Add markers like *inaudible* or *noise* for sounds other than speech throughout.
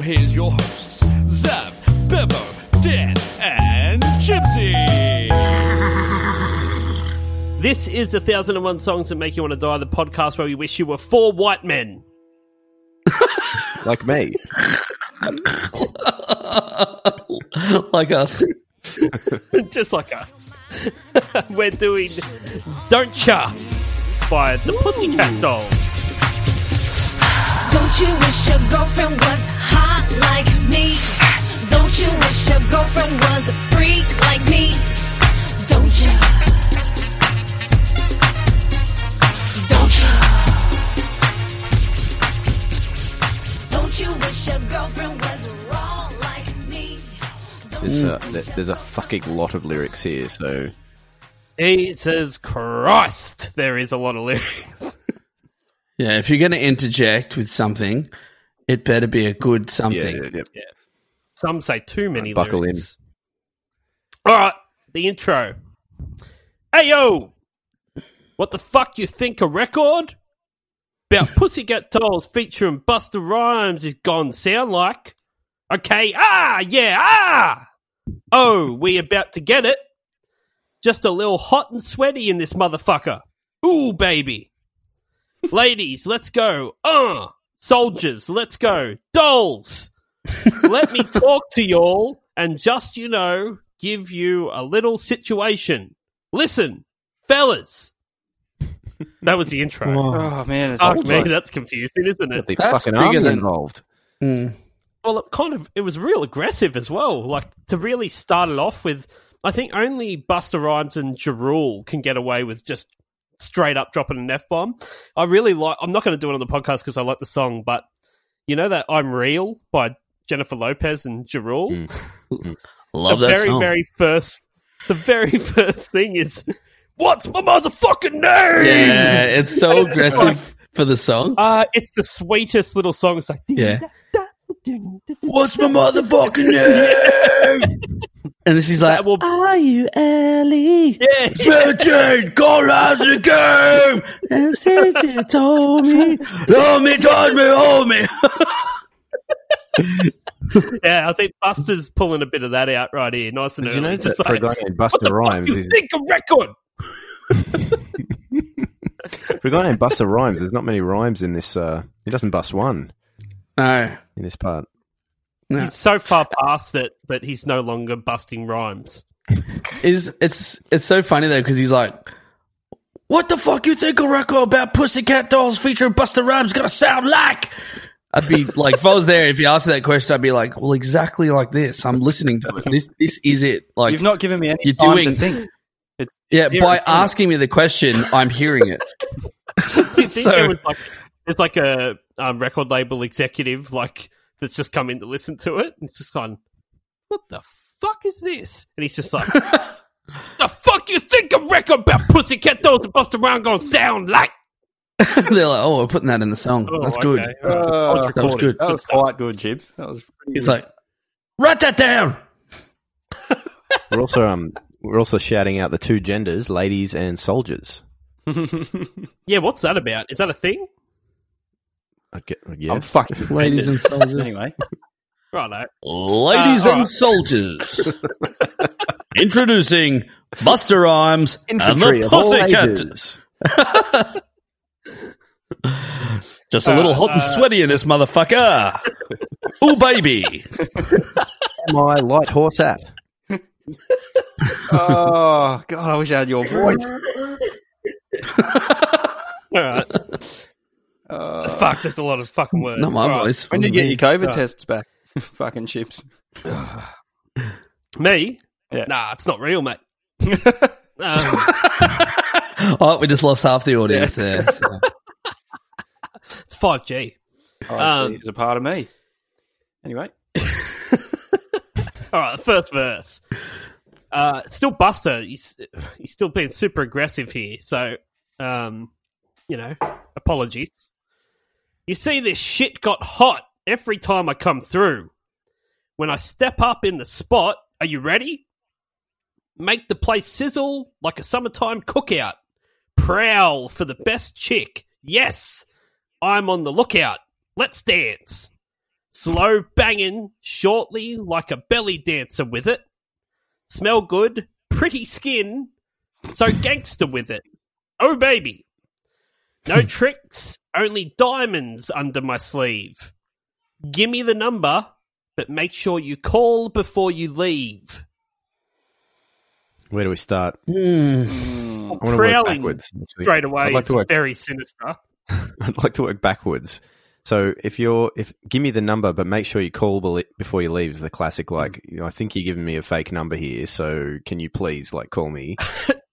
here's your hosts, Zav, Bevo, Dan, and Gypsy. This is the 1001 Songs That Make You Want to Die, the podcast where we wish you were four white men. *laughs* like me. *laughs* like us. Just like us. *laughs* We're doing Don't Cha by the Pussycat Dolls. Don't you wish your girlfriend was hot like me? Don't you wish your girlfriend was a freak like me? Don't you? Don't you? Don't you wish your girlfriend was raw like me? Don't There's you a, wish your there's a fucking lot of lyrics here, so Jesus Christ, there is a lot of lyrics. Yeah, if you're going to interject with something, it better be a good yeah, something. yeah, yeah. Some say too many Buckle in. lyrics. All right, the intro. Hey, yo! What the fuck you think a record? *laughs* About Pussycat Dolls featuring Buster Rhymes is gone sound like. Okay, ah, yeah, ah! Oh, we about to get it. Just a little hot and sweaty in this motherfucker. Ooh, baby. *laughs* Ladies, let's go. Uh, soldiers, let's go. Dolls, let *laughs* me talk to y'all and just, you know, give you a little situation. Listen, *laughs* fellas. That was the intro. Oh man, it's Fuck like me, that's confusing, isn't The it? That's fucking bigger army than- involved. Mm. Well, it kind of it was real aggressive as well. Like to really start it off with, I think only Buster Rhymes and Jerule can get away with just straight up dropping an f bomb. I really like. I'm not going to do it on the podcast because I like the song, but you know that "I'm Real" by Jennifer Lopez and Jerule. Mm, Love the that very song. very first, the very *laughs* first thing is, "What's my motherfucking name?" yeah, it's *laughs* so It's aggressive like- for the *laughs* song. Uh, it's the sweetest little song. It's like, Yeah. ding, ding, What's my motherfucking name? and this is like, That will- are you Ellie? yeah, Spurgeon, call us the game. And since you told me, told me, told me, hold me. Yeah, I think Buster's pulling a bit of that out right here, nice and Do early. you know Just that for a like, guy named Buster Rhymes, you is- think a record? for a guy named Buster Rhymes, there's not many rhymes in this. Uh, he doesn't bust one No, in this part. no. He's so far past it that he's no longer busting rhymes. is it's it's so funny though because he's like, "What the fuck you think a record about Pussycat Dolls featuring Buster Rhymes gonna sound like?" I'd be like, if I was there, if you asked me that question, I'd be like, "Well, exactly like this. I'm listening to it. This this is it." Like, you've not given me any You're time doing- to think. yeah, here by it is. asking me the question, I'm hearing it. Do you think So- there was like, there's like a um, record label executive like that's just come in to listen to it? And it's just gone, what the fuck is this? And he's just like, the fuck you think a record about Pussycat Dolls and Buster Rhymes gonna sound like? *laughs* They're like, "Oh, we're putting that in the song. Oh, That's good." okay, all right. I was Uh, That was recording. good. That was stuff. quite good, Jibs. That was pretty He's like, "Write that down." We're also um, we're also shouting out the two genders, ladies and soldiers. Yeah, what's that about? Is that a thing? I get, I'm yeah, fucking Ladies and soldiers. anyway. Righto. Ladies Uh, all and right. *laughs* soldiers, introducing Buster Rhymes and infantry the of all Pussycat. ages. Just a little hot Uh, and sweaty in this *laughs* motherfucker. Ooh, baby. My light horse at. Oh god, I wish I had your voice. All right. Uh, Fuck, there's a lot of fucking words. Not my All right. voice. when did you get your COVID Right. tests back? *laughs* fucking chips. Me? Yeah. Nah, it's not real, *laughs* mate. um, *laughs* Oh, we just lost half the audience there. so. it's 5G. Oh, Um, it's a part of me. Anyway, All right, the first verse. Uh, still Buster. He's he's still being super aggressive here. So, um, you know, apologies. You see, this shit got hot every time I come through. When I step up in the spot, are you ready? Make the place sizzle like a summertime cookout. Prowl for the best chick. Yes, I'm on the lookout. Let's dance slow banging shortly like a belly dancer with it. Smell good, pretty skin, so gangster with it. Oh baby. No *laughs* tricks, only diamonds under my sleeve. Gimme the number, but make sure you call before you leave. Where do we start? Hmm. I want to work Prowling backwards. actually. straight away I'd like is to work. very sinister. *laughs* I'd like to work backwards. So if you're, if give me the number, but make sure you call bel- before you leave. Is the classic Hmm. like you know, I think you're giving me a fake number here, so can you please like call me?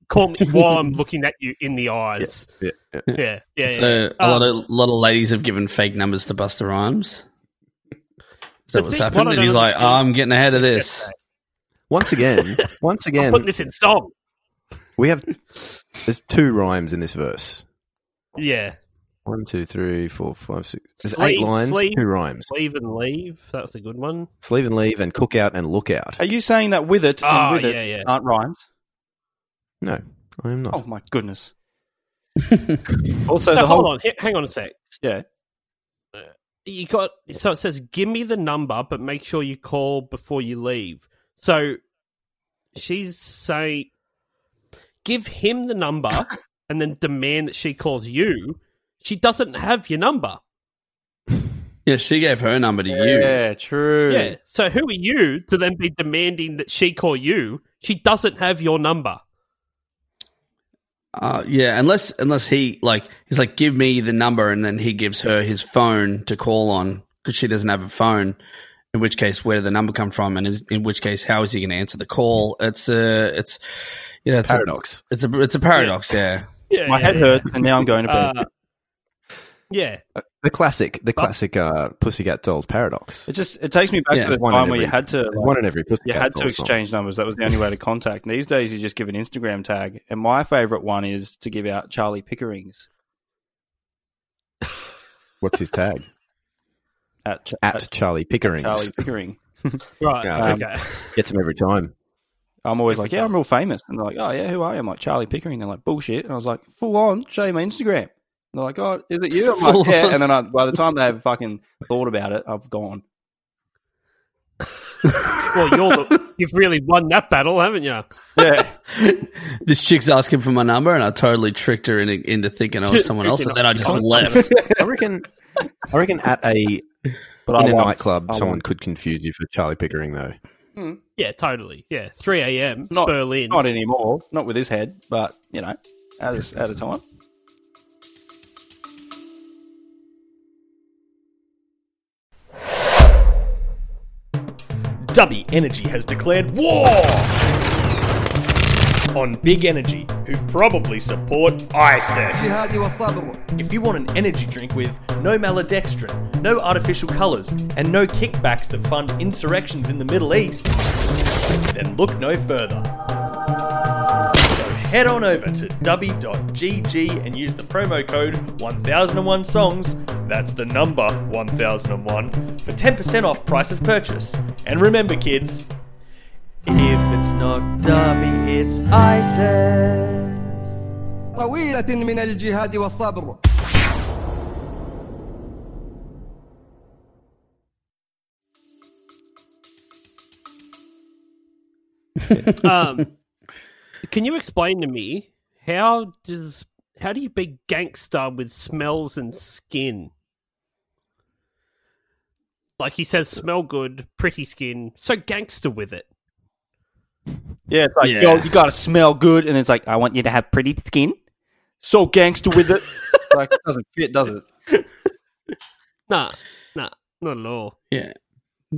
Call *laughs* me while I'm looking at you in the eyes. Yeah, yeah. Yeah, yeah, yeah. So a Um, lot of lot of ladies have given fake numbers to Buster Rhymes. Is The that what's thing- happened? what I And don't he's like, understand- I'm getting ahead of this. Once *laughs* again, once again, Put this in song. we have there's two rhymes in this verse. Yeah. One, two, three, four, five, six. There's Sleeve, eight lines, sleeve. two rhymes. Leave and leave. That was a good one. Sleeve and leave, and cook out and look out. Are you saying that with it Oh, and with yeah, it yeah. aren't rhymes? No, I am not. Oh my *laughs* goodness! Also, the hold whole- on, h- hang on a sec. Yeah, You got so it says, "Give me the number, but make sure you call before you leave." So she's say, "Give him the *laughs* number, and then demand that she calls you." She doesn't have your number. Yeah, she gave her number to you. yeah, true. Yeah. So who are you to then be demanding that she call you? She doesn't have your number. Uh, yeah, unless unless he like he's like, give me the number, and then he gives her his phone to call on because she doesn't have a phone. In which case, where did the number come from? And is, in which case, how is he going to answer the call? It's a it's you know it's, Paradox. A, it's a it's a paradox. Yeah. Yeah. My head hurts, and now I'm going to bed. Uh, yeah. The classic, the classic uh, Pussycat Dolls paradox. it just it takes me back Yeah, to the There's one time in where you every- had to there's like, one in every uh, you Pussycat had to Dolls song. exchange numbers. That was the only way to contact. And these days, you just give an Instagram tag. And my favorite one is to give out Charlie Pickerings What's his tag? at, Ch- *laughs* at At Charlie Pickerings. Charlie Pickering. Right. Yeah. okay. Gets him every time. I'm always like, yeah, I'm real famous. And they're like, oh, yeah, who are you? I'm like, Charlie Pickering. They're like, bullshit. And I was like, full on, show me my Instagram. And they're like, oh, is it you? I'm Full like, yeah. on. And then I, by the time they have fucking thought about it, I've gone. Well, you're *laughs* the, you've really won that battle, haven't you? Yeah. This chick's asking for my number, and I totally tricked her into, into thinking I was someone else, and then I just left. *laughs* I reckon. I reckon at a But in a won. nightclub, I someone won. could confuse you for Charlie Pickering, though. Yeah, totally. Yeah, 3 a.m. Not, Berlin. Not anymore. Not with his head, but, you know, at a, at a time. Dubby Energy has declared war on Big Energy, who probably support ISIS. If you want an energy drink with no maladextrin, no artificial colours, and no kickbacks that fund insurrections in the Middle East, then look no further. So head on over to dubby.gg and use the promo code 1001 songs, that's the number 1001, for 10% off price of purchase. And remember, kids, if it's not dubby, it's ISIS. طويلة من الجهاد والصبر *laughs* Um, can you explain to me how does how do you be gangster with smells and skin? Like he says, smell good, pretty skin, so gangster with it. Yeah, it's like, Yeah. yo, you gotta smell good, and it's like, I want you to have pretty skin. So gangster with it. *laughs* like, it doesn't fit, does it? Nah, nah, not at all. Yeah, yeah.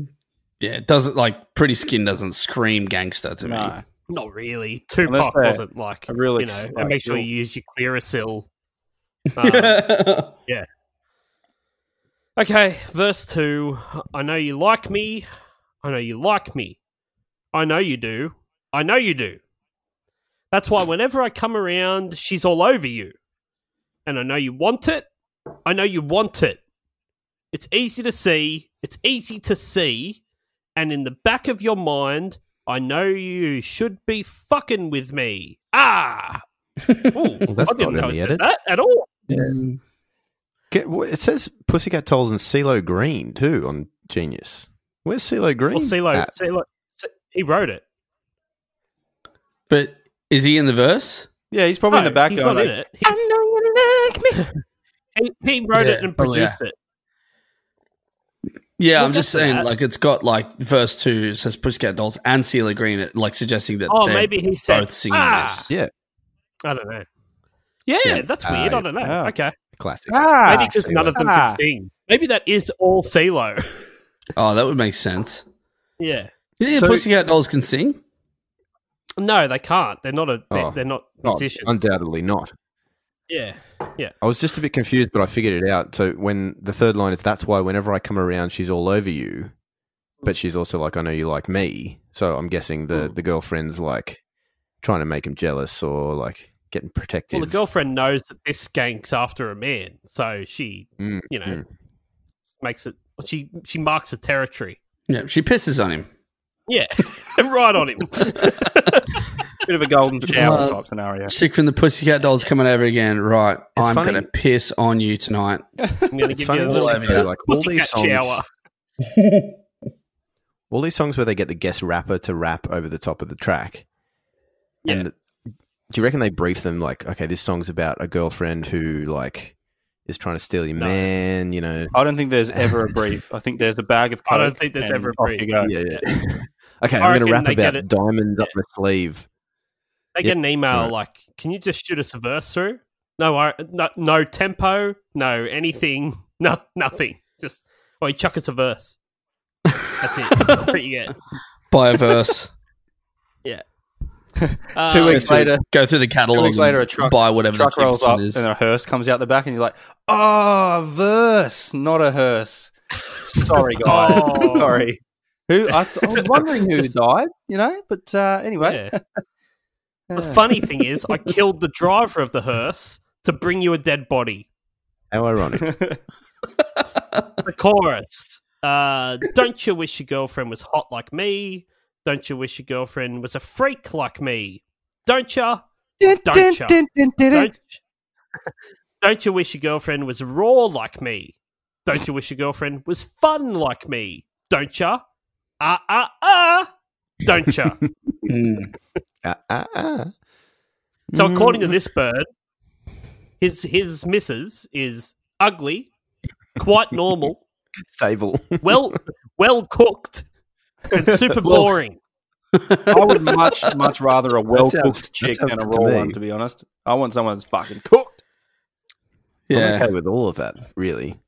It doesn't like pretty skin doesn't scream gangster to me. No. Not really. Unless Tupac they're wasn't like a real you know, ex- and like, make sure real- *laughs* you use your Clearasil. Um, yeah. Okay, verse 2. I know you like me. I know you like me. I know you do. I know you do. That's why whenever I come around, she's all over you. And I know you want it. I know you want it. It's easy to see. It's easy to see. And in the back of your mind, I know you should be fucking with me. *laughs* Ah! Ooh, that's I didn't not in know the it did edit. that at all. Get- wh- It says Pussycat Dolls and CeeLo Green too on Genius. Where's CeeLo Green? Well, CeeLo, at? CeeLo, he wrote it. *laughs* But is he in the verse? Yeah, he's probably in No, the back. he's going, not in like, it. He, I know you like me. *laughs* he, he wrote it Yeah, and probably, produced it. Yeah, Well, I'm just good for saying, that. like, it's got like verse two it says Pussycat Dolls and Celia Green, it, like suggesting that Oh, they're maybe he both said, singing "Ah." this. Yeah, I don't know. Yeah, that's Uh, weird. I don't know. yeah. Okay, classic. Ah, maybe because none of them Ah. can sing. Maybe that is all CeeLo. Oh, that would make sense. *laughs* yeah. You think the So- Pussycat Dolls can sing? No, they can't. They're not a. They, Oh. They're not Oh, musicians. undoubtedly not. yeah. I was just a bit confused, but I figured it out. So when the third line is, "That's why whenever I come around, she's all over you," but she's also like, "I know you like me." So I'm guessing the the girlfriend's like trying to make him jealous or like getting protective. Well, the girlfriend knows that this gank's after a man, so she, Mm, you know, mm. makes it. She she marks a territory. Yeah, she pisses on him. Yeah, *laughs* right on him. bit of a golden *laughs* shower Uh, type scenario. Chick from the Pussycat Dolls coming over again. Right, It's I'm funny- going to piss on you tonight. I'm going to It's give funny you a little all bit of like all these pussycat songs, shower. *laughs* all these songs where they get the guest rapper to rap over the top of the track. And do you reckon they brief them like, okay, this song's about a girlfriend who like is trying to steal your man, you know? I don't think there's ever a brief. I think there's a bag of coke. I don't think there's and ever a off brief. you go. yeah. *laughs* okay, I I'm going reckon to rap they get about it. diamonds up my sleeve. They Yep. get an email Right. like, "Can you just shoot us a verse through? No, I, no, no tempo, no anything, *laughs* no nothing. Just oh, you chuck us a verse. That's it. That's what you get. By a *laughs* verse. Uh, Two weeks later, go through the two catalog. weeks later, a truck, buy whatever truck the rolls cheapest up, one is. and a hearse comes out the back, and you're like, "Oh, a verse, not a hearse." Sorry, guys. Oh. Sorry. Who I, th- I was wondering who died, you know. But uh, anyway, yeah. the funny thing is, I killed the driver of the hearse to bring you a dead body. How *laughs* ironic. The chorus. Uh, don't you wish your girlfriend was hot like me? Don't you wish your girlfriend was a freak like me? Don't ya? Don't ya? Don't, *laughs* don't you wish your girlfriend was raw like me? Don't you wish your girlfriend was fun like me? Don't ya? Ah, ah, ah. Don't ya? Mm. Ah, ah, ah. so, according to this bird, his his missus is ugly, quite normal, Stable. *laughs* *laughs* well well cooked, and super boring. I would much, much rather a well That sounds- cooked chick that than a sounds raw to me. one. To be honest, I want someone that's fucking cooked. Yeah. I'm okay with all of that, really.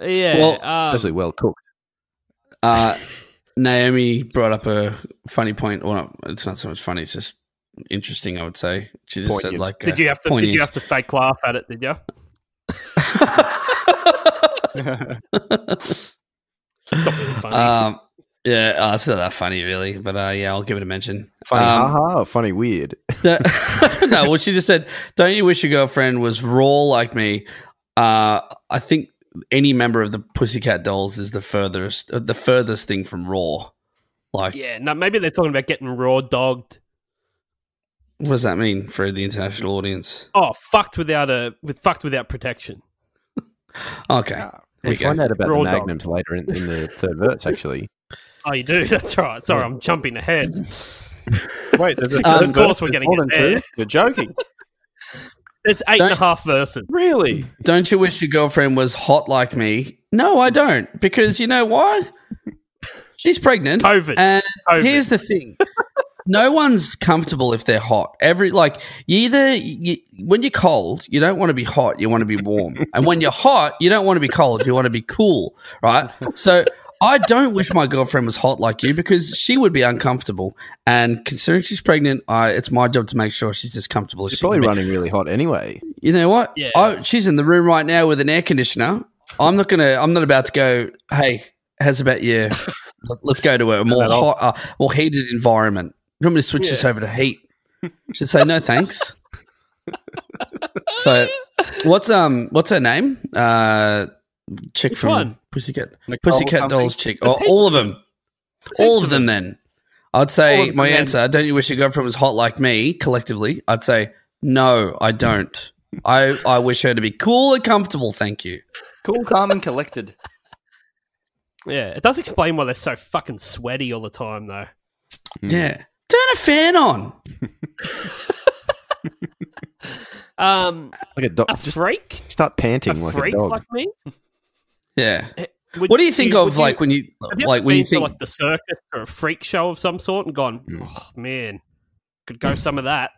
Yeah. Well, um, Especially well cooked. Uh, *laughs* Naomi brought up a funny point. Well, not- it's not so much funny; it's just interesting. I would say she just said Poignant. like, did uh, you have to? Did poignant. you have to fake laugh at it? Did *laughs* you? It's not really funny. um, yeah, oh, it's not that funny really, but uh, yeah, I'll give it a mention. *laughs* Funny Um, haha or funny weird? that- no, well, she just said, "Don't you wish your girlfriend was raw like me?" Uh, I think any member of the Pussycat Dolls is the furthest, uh, the furthest thing from raw. Like, yeah. No, maybe they're talking about getting raw dogged. what does that mean for the international audience? Oh, fucked without a with fucked without protection. Okay, there We you go. find out about Raw the dog. magnums later in, in the third verse, actually. *laughs* Oh, you do. That's right. Sorry, I'm jumping ahead. Wait, Because of course we're getting it there. You're joking, It's eight and a Don't- half verses. really? Don't you wish your girlfriend was hot like me? No, I don't, because you know why? She's pregnant. COVID. And COVID. here's the thing. No one's comfortable if they're hot. Every like you either you, when you're cold, you don't want to be hot, you want to be warm. and when you're hot, you don't want to be cold, you want to be cool, right? So I don't wish my girlfriend was hot like you because she would be uncomfortable. And considering she's pregnant, I, it's my job to make sure she's as comfortable as She's she can probably be running really hot anyway. you know what? Yeah. I, she's in the room right now with an air conditioner. I'm not gonna. I'm not about to go. Hey, how's about you? Let's go to a more hot, uh, more heated environment. You want me to switch this over to heat? She'd say no, thanks. so, what's um, what's her name? Uh, chick from one? Pussycat Nicole Pussycat something? Dolls chick. Oh, all of them, all of them. Then I'd say my answer. Don't you wish your girlfriend was hot like me? Collectively, I'd say no, I don't. I I wish her to be cool and comfortable. Thank you. Cool, calm, and collected. Yeah, it does explain why they're so fucking sweaty all the time, though. Yeah. Turn a fan on. Um, Like a dog. a Just freak, start a panting like a freak dog. like me. Yeah. Would What do you think would of like when you have you like ever when been you to, think Hmm. like the circus or a freak show of some sort and gone, oh man, could go some of that.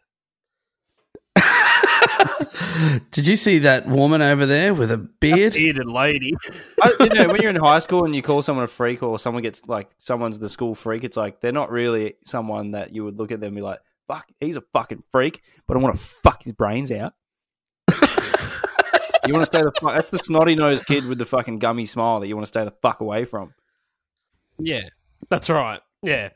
Did you see that woman over there with a beard? Bearded lady. *laughs* I, you know, when you're in high school and you call someone a freak or someone gets like someone's the school freak, it's like they're not really someone that you would look at them and be like, fuck, he's a fucking freak, but I want to fuck his brains out. you want to stay the fuck, that's the snotty nosed kid with the fucking gummy smile that you want to stay the fuck away from. Yeah, that's right. Yeah.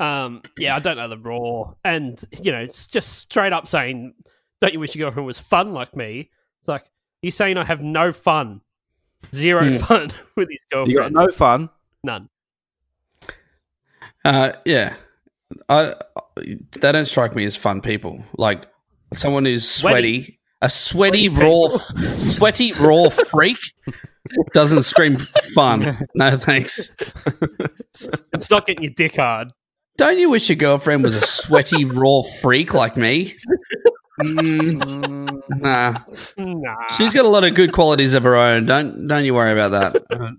Um, yeah, I don't know the raw. And, you know, it's just straight up saying, don't you wish your girlfriend was fun like me? It's like, you saying I have no fun, zero Hmm. fun *laughs* with his You got girlfriend. no fun. None. Uh, yeah. I they don't strike me as fun people. Like someone who's sweaty, Sweaty. a sweaty raw, f- sweaty raw freak doesn't scream fun. *laughs* No thanks. It's not getting your dick hard. Don't you wish your girlfriend was a *laughs* sweaty raw freak like me? Mm, nah, Nah. she's got a lot of good qualities of her own. Don't don't you worry about that. Uh,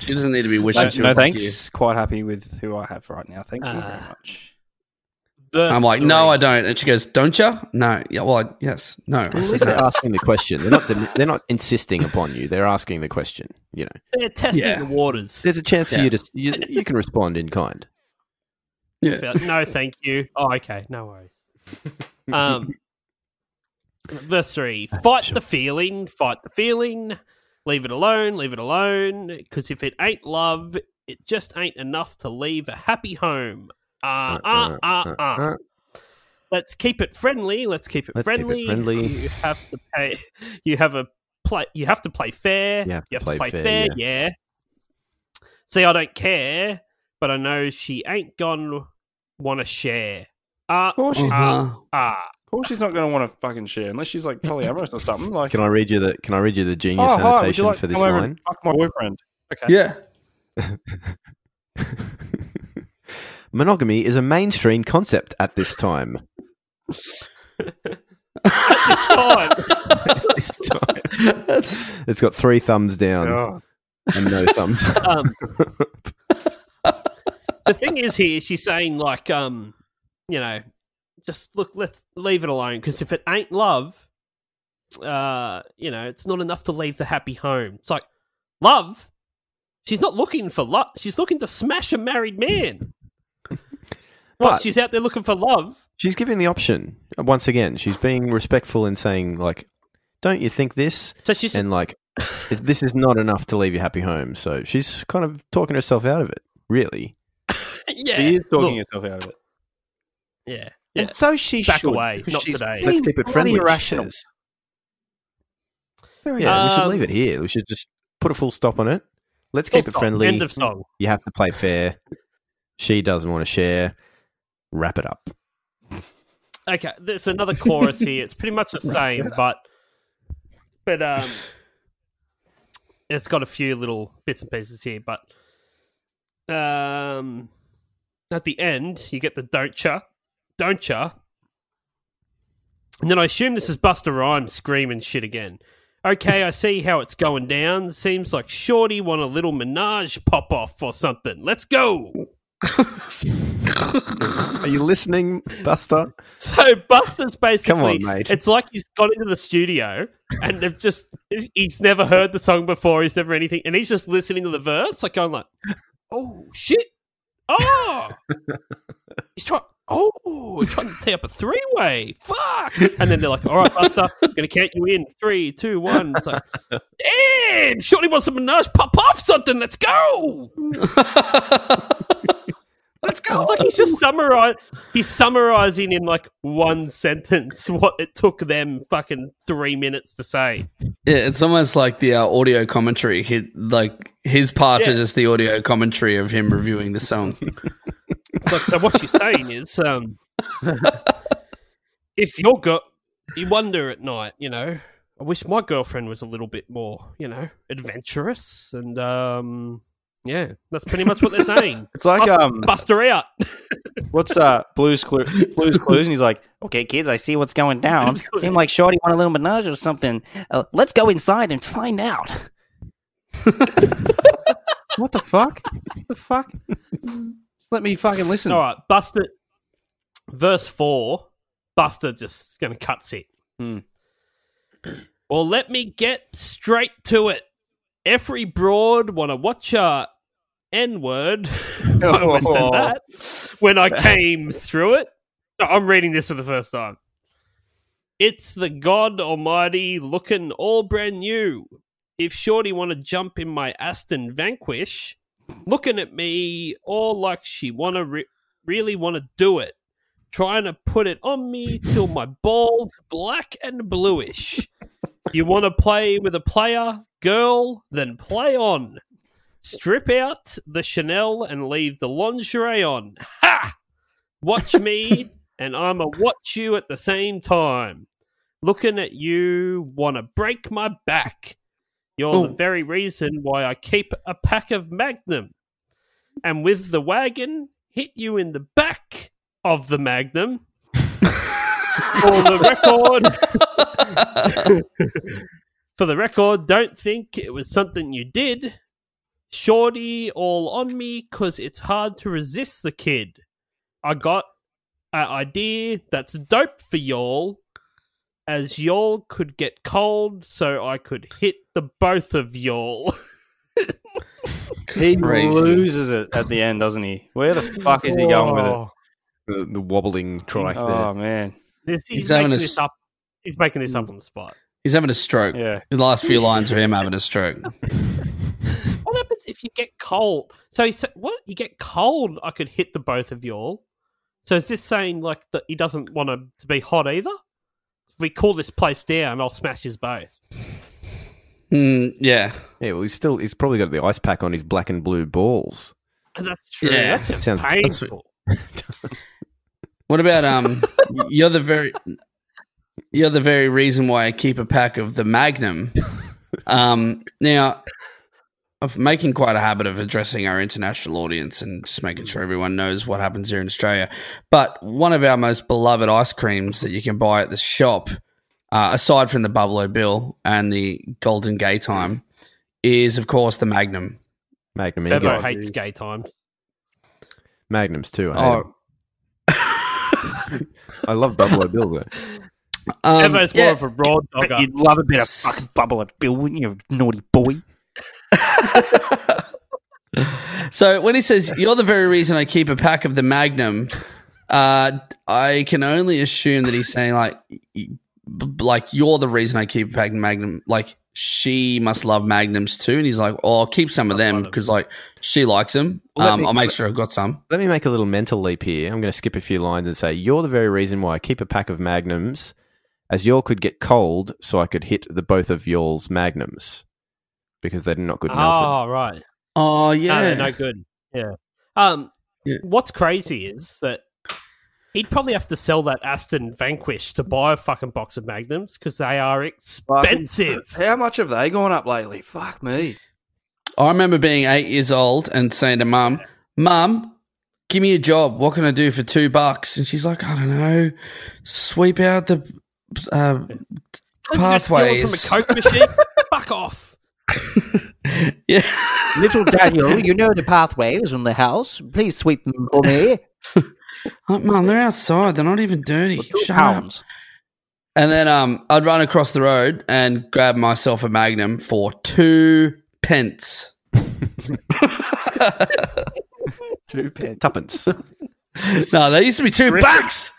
She doesn't need to be wishing. No, she was no like you. thanks. Quite happy with who I have right now. Thank you very Ah. much. Verse I'm like, three. no, I don't. And she goes, don't you? No. Yeah, well, I- yes. No. I At said least they're no. asking the question. They're not. They're not insisting upon you. They're asking the question. You know, They're testing Yeah. the waters. there's a chance for Yeah. you to. You, you can respond in kind. It's about, no, thank you. Oh, okay. No worries. *laughs* Um, verse three fight the feeling, fight the feeling, leave it alone, leave it alone. Because if it ain't love, it just ain't enough to leave a happy home. Uh, uh, uh, uh. Let's keep it friendly. Let's keep it Let's keep it friendly. friendly. You have to pay. You have a play. You have to play fair. You have to play fair, yeah. See, I don't care, but I know she ain't gone want to share. Ah, course she's ah, ah. Of course, she's not going to want to fucking share unless she's like polyamorous or something. Like, Can I read you the? Can I read you the oh, genius hi, would you annotation like for to this come over line? and fuck my boyfriend? Yeah. Monogamy is a mainstream concept at this *laughs* time. *laughs* this time. it's got three thumbs down and *laughs* no thumbs up. Um, the thing is, here she's saying like, um, you know, just look, let's leave it alone because if it ain't love, uh, you know, it's not enough to leave the happy home. It's like love. She's not looking for love. She's looking to smash a married *laughs* man. What? But- she's out there looking for love. She's giving the option. uh, Once again, she's being respectful and saying, like, don't you think this? So she's And, like, if this is not enough to leave your happy home. So she's kind of talking herself out of it, really. *laughs* yeah, She is talking look, herself out of it. yeah, yeah. And so she Back should, away, because not she's today. being Let's keep it bloody friendly. she Irrational. says. Yeah, we should Um, leave it here. We should just put a full stop on it. Let's keep Full it stop. friendly. End of song. you have to play fair. She doesn't want to share. Wrap it up. Okay, there's another chorus here. It's pretty much the same, but but um, it's got a few little bits and pieces here. But um, at the end, you get the don't ya, don't ya, and then I assume this is Buster Rhymes screaming shit again. Okay, I see how it's going down. Seems like Shorty want a little menage pop off or something. Let's go. Are you listening, Buster? *laughs* So Buster's basically Come on, mate. it's like he's got into the studio and they've just he's never heard the song before, he's never anything and he's just listening to the *laughs* verse, like going like, Oh shit. Oh he's trying oh, trying to tee up a three way. Fuck. And then they're like, all right, Buster, I'm going to count you in. Three, two, one. It's like, damn, surely wants some nurse pop off something. Let's go. Let's go. It's like he's just summarizing. He's summarizing in like one sentence what it took them fucking three minutes to say. Yeah, it's almost like the uh, audio commentary. He, like his parts are just the audio commentary of him reviewing the song. It's like, so what she's saying is, um, *laughs* if your girl, you wonder at night, you know, I wish my girlfriend was a little bit more, you know, adventurous, and um, yeah, that's pretty much what they're saying. It's like Bust- um, bust her out. what's uh, Blues Clues? Blues Clues, and he's like, "Okay, kids, I see what's going down. Seem like Shorty want a little menage or something. Uh, let's go inside and find out." what the fuck? What the fuck? Just let me fucking listen. All right, Buster. Verse four, Buster just going to cut it. Hmm. Well, let me get straight to it. Every broad wanna watch a N word. *laughs* I always said Oh. that when I came through it. So I'm reading this for the first time. It's the God Almighty looking all brand new. If Shorty wanna jump in my Aston Vanquish, looking at me all like she wanna re- really wanna do it trying to put it on me till my balls black and bluish. You want to play with a player, girl, then play on. Strip out the Chanel and leave the lingerie on. Ha! Watch me, and I'm a watch you at the same time. Looking at you, want to break my back. You're the very reason why I keep a pack of Magnum. And with the wagon, hit you in the back of the Magnum. for the record, for the record, don't think it was something you did. Shorty all on me because it's hard to resist the kid. I got an idea that's dope for y'all, as y'all could get cold, so I could hit the both of y'all. *laughs* He Crazy. loses it at the end, doesn't he? Where the fuck is he going with it? The, the wobbling trike Oh man, This, he's, He's having making a this s- up. He's making this up on the spot. He's having a stroke. yeah. The last few lines of him having a stroke. What happens if you get cold? So he said, "What you get cold? I could hit the both of y'all." So is this saying like that he doesn't want to, to be hot either? If we cool this place down, I'll smash us both. Mm, yeah. there. Yeah, well, he's still he's probably got the ice pack on his black and blue balls. And Oh, that's true. Yeah. that sounds Sounds- that's- painful. What about um? you're the very, you're the very reason why I keep a pack of the Magnum. Um, now, of making quite a habit of addressing our international audience and just making sure everyone knows what happens here in Australia. But one of our most beloved ice creams that you can buy at the shop, uh, aside from the Buffalo Bill and the Golden Gay Time, is of course the Magnum. Magnum Bevo Eagle. hates gay times. Magnums too. I, hate Oh. 'em. I love Buffalo Bill though. Um, Bevo's yeah. more of a raw dogger. You'd love a bit of fucking bubble at Bill, wouldn't you, naughty boy? So when he says you're the very reason I keep a pack of the Magnum, uh, I can only assume that he's saying like, y- y- b- like you're the reason I keep a pack of Magnum. Like she must love Magnums too, and he's like, oh, I'll keep some of them because like she likes them. Well, let um, me- I'll make sure I've got some. Let me make a little mental leap here. I'm going to skip a few lines and say you're the very reason why I keep a pack of Magnums, as y'all could get cold, so I could hit the both of y'all's Magnums because they're not good melted. Oh right. Oh No, yeah, they're no good. Yeah. Um, Yeah. what's crazy is that he'd probably have to sell that Aston Vanquish to buy a fucking box of Magnums because they are expensive. How much have they gone up lately? Fuck me. I remember being eight years old and saying to mum, Mum, give me a job. What can I do for two bucks? And she's like, I don't know, sweep out the. Uh, Couldn't you steal it Pathways. from a Coke machine. Fuck off. *laughs* yeah. Little Daniel, you know the pathways on the house. Please sweep them for *laughs* me. Like, Oh, Mum, they're outside. They're not even dirty. Shut up. Pounds. And then um, I'd run across the road and grab myself a Magnum for two pence. Tuppence. No, there used to be two bucks.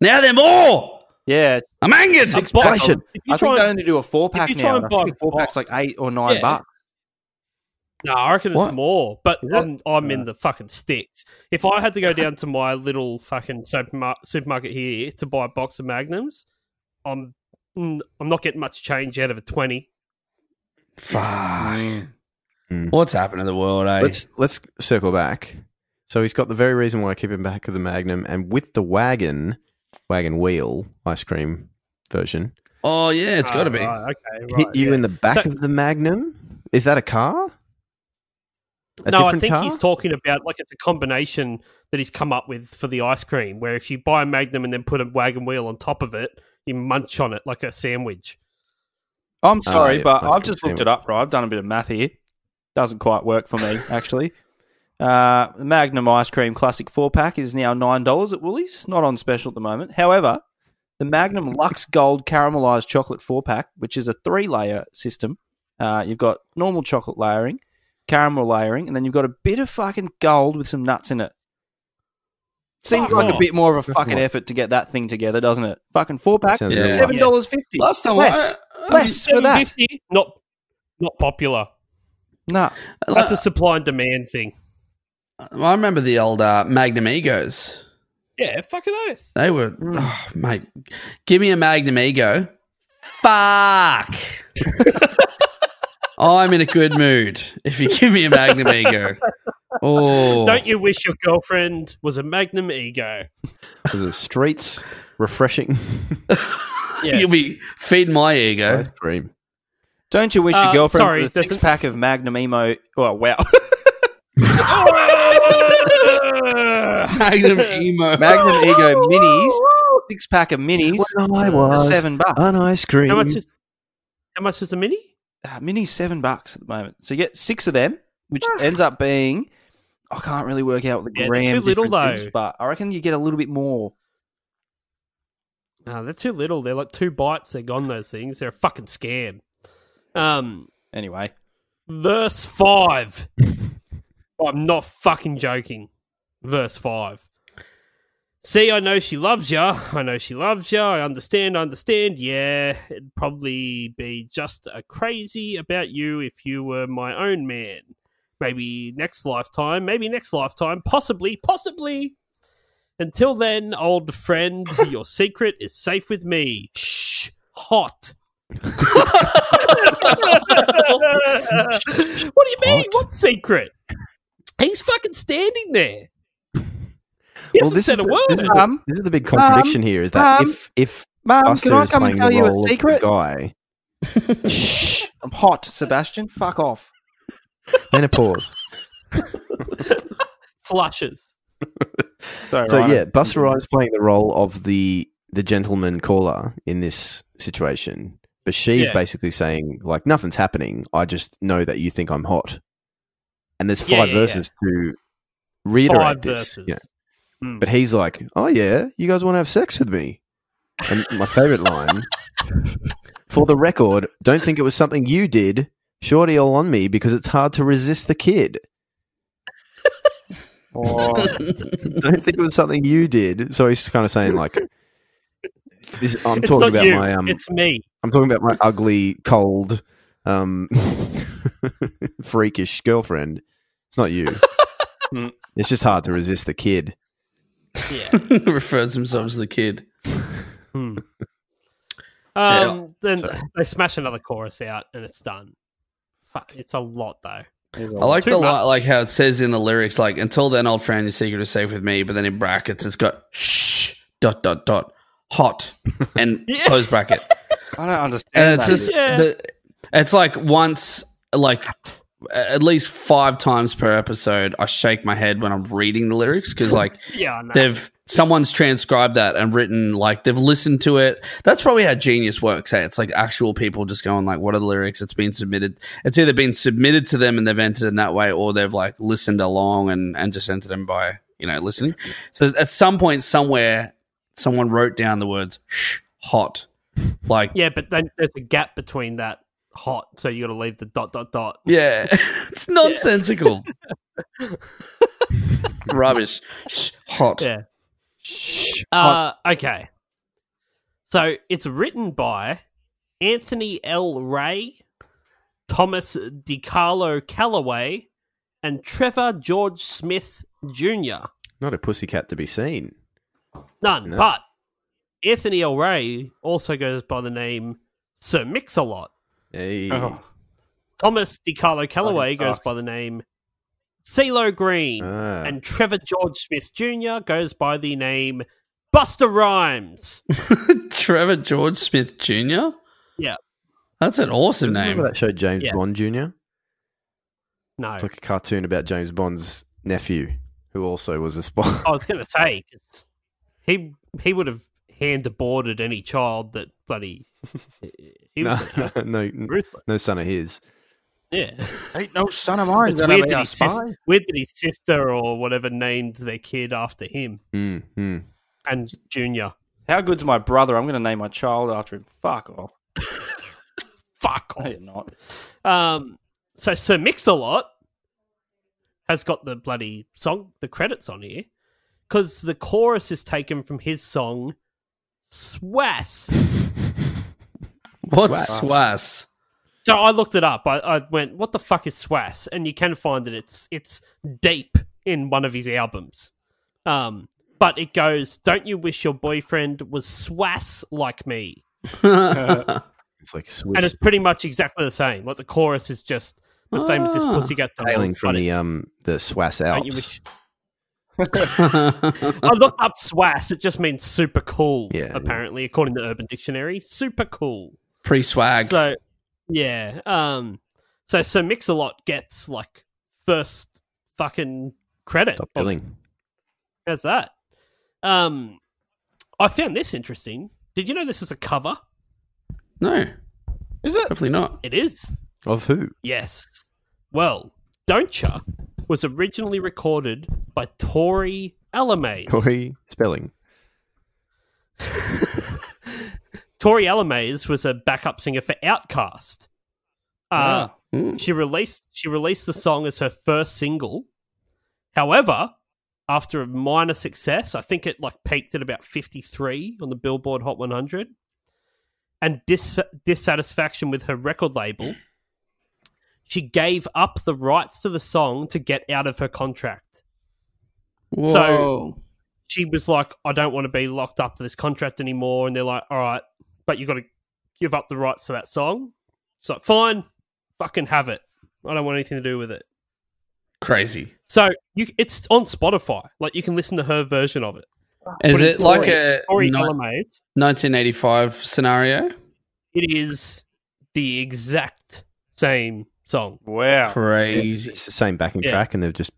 Now they're more. Yeah, it's- I'm angered. Six bucks. Inflation. If you I try think they and- only do a four if you pack try now. and and I buy think four box- packs like eight or nine Yeah. bucks. No, I reckon it's What? more, but I'm, I'm in the fucking sticks. If I had to go down to my little fucking supermar- supermarket here to buy a box of Magnums, I'm mm, I'm not getting much change out of a twenty. Oh, Fuck. What's happened to the world, eh? Let's let's circle back. So he's got the very reason why I keep him back of the Magnum, and with the wagon, wagon wheel ice cream version, oh, yeah, it's Ah, got to be. right, okay, hit right, you yeah. in the back So- of the Magnum. Is that a car? A no, I different think car? he's talking about like it's a combination that he's come up with for the ice cream, where if you buy a Magnum and then put a wagon wheel on top of it, you munch on it like a sandwich. I'm sorry, yeah, but that's I've good just to looked see. it up. Right, I've done a bit of math here. Doesn't quite work for me actually. Uh, Magnum ice cream classic four pack is now nine dollars at Woolies. Not on special at the moment. However, the Magnum Lux Gold caramelized chocolate four pack, which is a three layer system. Uh, you've got normal chocolate layering, caramel layering, and then you've got a bit of fucking gold with some nuts in it. Seems Fuck like a off. bit more of a fucking effort to get that thing together, doesn't it? Fucking four pack, Sounds Yeah. real seven life. dollars fifty. Last time I- less, *laughs* I- less for that. $7.50? not not popular. Nah. That's a supply and demand thing. I remember the old uh, Magnum Egos. Yeah, fucking oath. They were, Mm. oh, mate, give me a Magnum Ego. *laughs* Fuck. I'm in a good mood if you give me a Magnum Ego. Oh, Don't you wish your girlfriend was a magnum *laughs* ego? Is it streets *laughs* refreshing you'll be feeding my ego. ice cream? Don't you wish Uh, your girlfriend sorry, was a that's- six pack of Magnum Emo? Oh wow, Magnum Emo. *laughs* Magnum Ego minis, six pack of minis, I seven bucks. an ice cream. how much is how much is a mini? Uh, minis seven bucks at the moment. So you get six of them, which ends up being I can't really work out what the Yeah, they're gram too little, difference is, though. but I reckon you get a little bit more. No, Ah, they're too little. They're like two bites. They're gone. Those things. They're a fucking scam. Um, Anyway, verse five. I'm not fucking joking. Verse five. See, I know she loves ya. I know she loves ya. I understand. I understand. Yeah, it'd probably be just a crazy about you if you were my own man. Maybe next lifetime. Maybe next lifetime. Possibly. Possibly. Until then, old friend, *laughs* your secret is safe with me. Shh. Hot. *laughs* what do you mean? What secret? He's fucking standing there. He hasn't this said is, a the, word. this, is the, Mum, this is the big contradiction here. Is that mum, if if Mum, Buster um, can I is come playing and tell the you role a secret? of the guy, I'm hot, Sebastian. Fuck off. menopause. Flushes. so yeah, Buster Rhymes playing the role of the the gentleman caller in this situation, but she's Yeah. basically saying like nothing's happening. I just know that you think I'm hot, and there's Yeah, five yeah, yeah. verses to reiterate Five this. verses. Yeah. Mm. But he's like, "Oh yeah, you guys want to have sex with me?" And my favorite line, for the record, don't think it was something you did, shorty all on me because it's hard to resist *laughs* the kid. don't think it was something you did. So he's kind of saying like, this, "I'm It's talking not about you. my um, It's me. I'm talking about my ugly, cold, um, *laughs* freakish girlfriend. It's not *laughs* you. it's just hard to resist the kid." *laughs* refers himself as the kid. Um, then sorry. they smash another chorus out and it's done. Fuck, it's a lot though. I like Too the li- much. like how it says in the lyrics, like until then, old friend, your secret is safe with me. But then in brackets, it's got shh dot dot dot *laughs* hot and close bracket, I don't understand. and it's that. just Yeah. the, it's like once like a- at least five times per episode, I shake my head when I'm reading the lyrics because like Yeah, I know. they've someone's transcribed that and written like they've listened to it that's probably how genius works hey it's like actual people just going like what are the lyrics it's been submitted it's either been submitted to them and they've entered in that way or they've like listened along and and just entered them by you know listening so at some point somewhere someone wrote down the words shh hot like yeah, but then there's a gap between that hot, so you got to leave the dot dot dot. yeah, it's nonsensical *laughs* rubbish. Shh, hot. Yeah. Uh, okay. So it's written by Anthony L. Ray, Thomas DiCarlo Calloway, and Trevor George Smith Jr. Not a pussycat to be seen. None, No. but Anthony L. Ray also goes by the name Sir Mix-a-Lot. Hey. Thomas DiCarlo Calloway goes sucks. by the name CeeLo Green, Ah. and Trevor George Smith Jr. goes by the name Buster Rhymes. *laughs* Trevor George Smith Jr. Yeah. That's an awesome name. Remember that show James Yeah. Bond Jr.? No, It's like a cartoon about James Bond's nephew, who also was a spy. I was going to say 'cause he he would have hand aborted any child that bloody he no, was *laughs* no, no, ruthless. no son of his. Yeah, Ain't no son of mine. it's weird that, his sis- weird that his sister or whatever named their kid after him Mm, mm. and Junior. How good's my brother? I'm going to name my child after him. Fuck off. *laughs* Fuck No, you're not. Um, so Sir Mix-a-Lot has got the bloody song, the credits on here, because the chorus is taken from his song *laughs* "Swass." What's Swass? so I looked it up. I, I went, "What the fuck is Swass?" And you can find that it's it's deep in one of his albums. Um, but it goes, "Don't you wish your boyfriend was swass like me?" It's like And Swiss it's pretty much exactly the same. Like the chorus is just the same as this Ah. pussycat Dolls, hailing but from the it's- um the Swass Don't you Alps. wish- *laughs* I looked up swass. It just means super cool. Yeah. apparently, according to Urban Dictionary, super cool. Pre swag. So, yeah. Um. So, so Mix a Lot gets like first fucking credit. Top on- billing. How's that? Um, I found this interesting. Did you know this is a cover? no. Is it? Definitely not. It is. Of who? Yes. Well, Don'tcha was originally recorded by Tori Alamaze. Corey spelling. Tori Alamaze was a backup singer for Outcast. Uh, Mm. She released she released the song as her first single. However, after a minor success, I think it like peaked at about 53 on the Billboard Hot 100, and dis- dissatisfaction with her record label, she gave up the rights to the song to get out of her contract Whoa. she was like, I don't want to be locked up to this contract anymore. And they're like, all right, but you got to give up the rights to that song. It's like, fine, fucking have it. I don't want anything to do with it. Crazy. So you, it's on Spotify. Like you can listen to her version of it. Is Put in it like Tori- a Tori ni- Alamaze? 1985 scenario? It is the exact same song, Wow. Crazy. It's the same backing Yeah. track, and they've just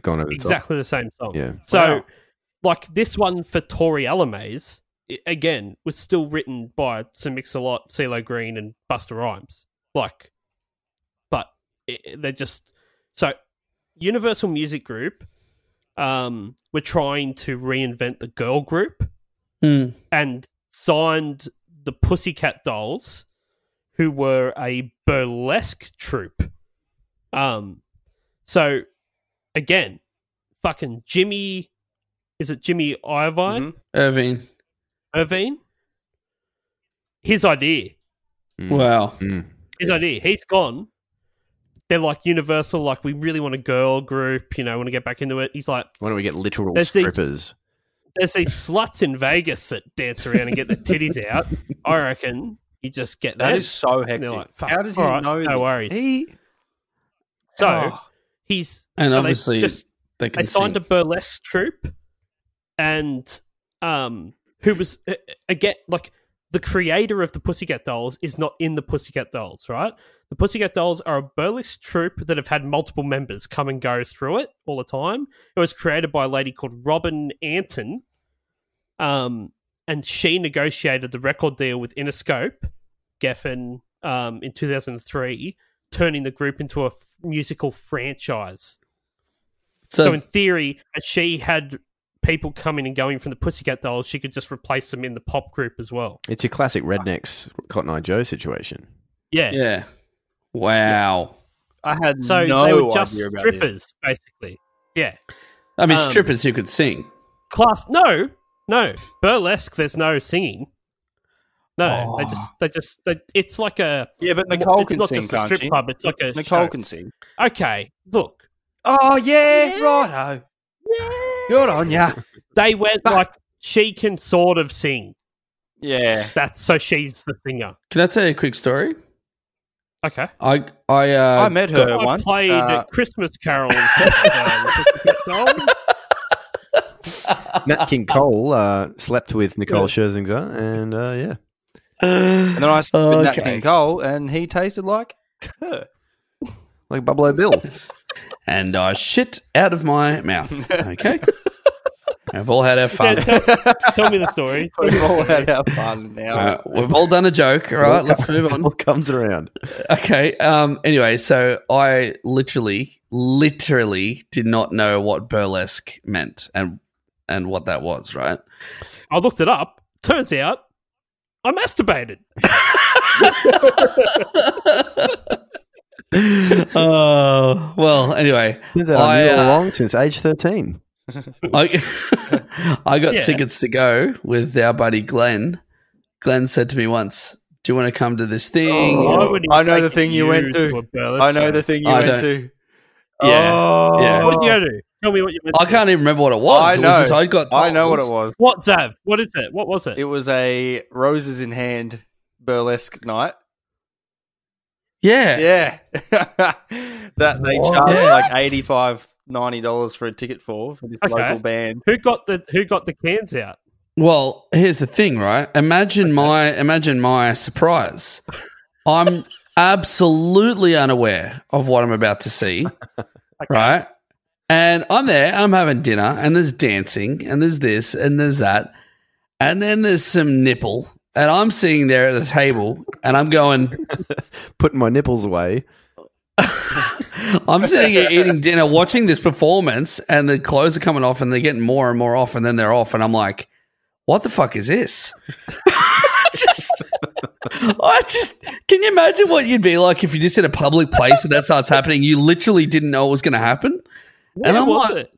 gone over the top. exactly the same song. Yeah. So, Wow. like this one for Tori Alamaze, i again, was still written by Sir Mix-a-Lot, CeeLo Green, and Buster Rhymes. Like, but i i- they're just so Universal Music Group. Um, were trying to reinvent the girl group Mm. and signed the Pussycat Dolls, who were a burlesque troupe. Um, so again, fucking Jimmy, is it Jimmy Irvine? Irving. Mm-hmm. Irvine? His idea. Wow. His idea. He's gone. They're like Universal, like we really want a girl group, you know, want to get back into it. He's like, Why don't we get literal There's these- strippers? there's these sluts in Vegas that dance around and get their titties out. I reckon you just get That them. is so And hectic. they're like, fuck, How did he all right, know No this? worries. He- so Oh. he's And so they obviously, just they, they can signed sing. a burlesque troupe, and um, who was uh, uh, again like the creator of the Pussycat Dolls is not in the Pussycat Dolls, right? The Pussycat Dolls are a burlesque troupe that have had multiple members come and go through it all the time. It was created by a lady called Robin Anton, um, and she negotiated the record deal with Interscope Geffen um, in 2003, turning the group into a f- musical franchise. So, in theory, as she had people coming and going from the Pussycat Dolls, she could just replace them in the pop group as well. It's your classic rednecks Cotton Eye Joe situation. Yeah. yeah. Wow. I had So no they were just idea about this. strippers, basically. Yeah. I mean, Um, strippers who could sing. Class, no, no burlesque. There's no singing. No, they just they just they, it's like a Yeah, but Nicole it's can not sing, just a can't strip she? club. It's like a Nicole show. can sing. Okay, look, Oh yeah, righto. Good on ya. they went like she can sort of sing. Yeah. That's so she's the singer. Can I tell you a quick story? Okay, I I uh, I met her I once. played Uh, Christmas Carol. in *laughs* Festival. Nat *laughs* King Cole uh, slept with Nicole Scherzinger, and uh, yeah, and then I slept with Nat Okay. King Cole, and he tasted like *laughs* her. like Buffalo *laughs* Bill. and I shit out of my *laughs* mouth. Okay, we've all had our fun. Yeah, tell, tell me the story. We've all had our fun now. Uh, *laughs* we've all done a joke. All right, let's move on. *laughs* All comes around. Okay. Um. Anyway, so I literally, literally did not know what burlesque meant and and what that was. Right. I looked it up. Turns out I masturbated. Oh well. Anyway, Turns out I, knew I, all uh, along since age thirteen. I, *laughs* I got Yeah. tickets to go with our buddy Glenn. Glenn said to me once, "Do you want to come to this thing?" Why would he I know take the thing you went to. a burlesque I know show? the thing you I went don't- to. yeah. Oh, yeah. What did you go to? Tell me what you went I to. can't even remember what it was. I It was know. just- I got. I know told. what it was. What, Zav? What is it? What was it? It was a roses in hand burlesque night. Yeah. Yeah, *laughs* that they charge like 85 dollars for a ticket for for this Okay. local band. who got the Who got the cans out? Well, here's the thing, right? Imagine my imagine my surprise. I'm absolutely unaware of what I'm about to see. Right? And I'm there, I'm having dinner, and there's dancing, and there's this, and there's that. And then there's some nipple. And I'm sitting there at a table and I'm going, Putting my nipples away. I'm sitting here eating dinner, watching this performance, and the clothes are coming off, and they're getting more and more off, and then they're off, and I'm like, "What the fuck is this?" *laughs* just, I just can you imagine what you'd be like if you're just in a public place and that starts happening? You literally didn't know it was going to happen. Where I'm was like- it?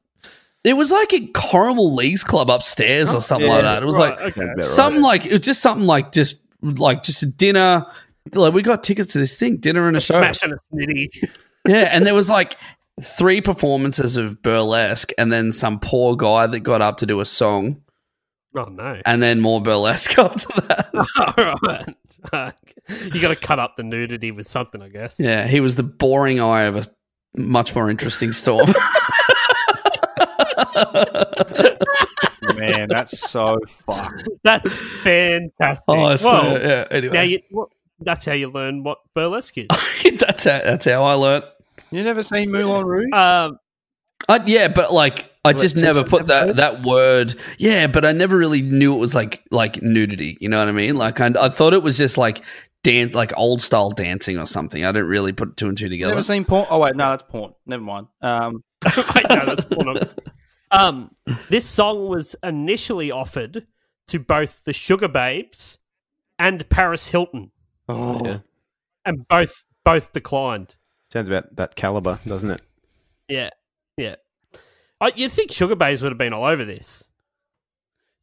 It was like a Carmel Leagues Club upstairs or something like that. It was like okay. That'd be all right. something like it was just something like just like just a dinner. Like we got tickets to this thing, dinner and a show. smashing a snitty. *laughs* Yeah, and there was like three performances of burlesque, and then some poor guy that got up to do a song, Oh no! *laughs* and then more burlesque *laughs* after that. All right. *laughs* you got to cut up the nudity with something, I guess. yeah, he was the boring eye of a much more interesting storm. Man, that's so fucked. That's fantastic. *laughs* oh, so, Well, yeah. now Anyway, you, what, that's how you learn what burlesque *laughs* is. *laughs* that's how, that's how I learnt. You never seen Moulin Rouge? um, *laughs* I, yeah, but like I just never put that that word. Yeah, but I never really knew it was like like nudity. You know what I mean? Like I, I thought it was just like dance, like old style dancing or something. I didn't really put two and two together. Never seen porn? Oh wait, no, that's porn. Never mind. Um, Wait, no, *laughs* that's porno. Um, this song was initially offered to both the Sugar Babes and Paris Hilton, Yeah. and both both declined. Sounds about that caliber, doesn't it? Yeah, yeah. I, you'd think Sugar Babes would have been all over this,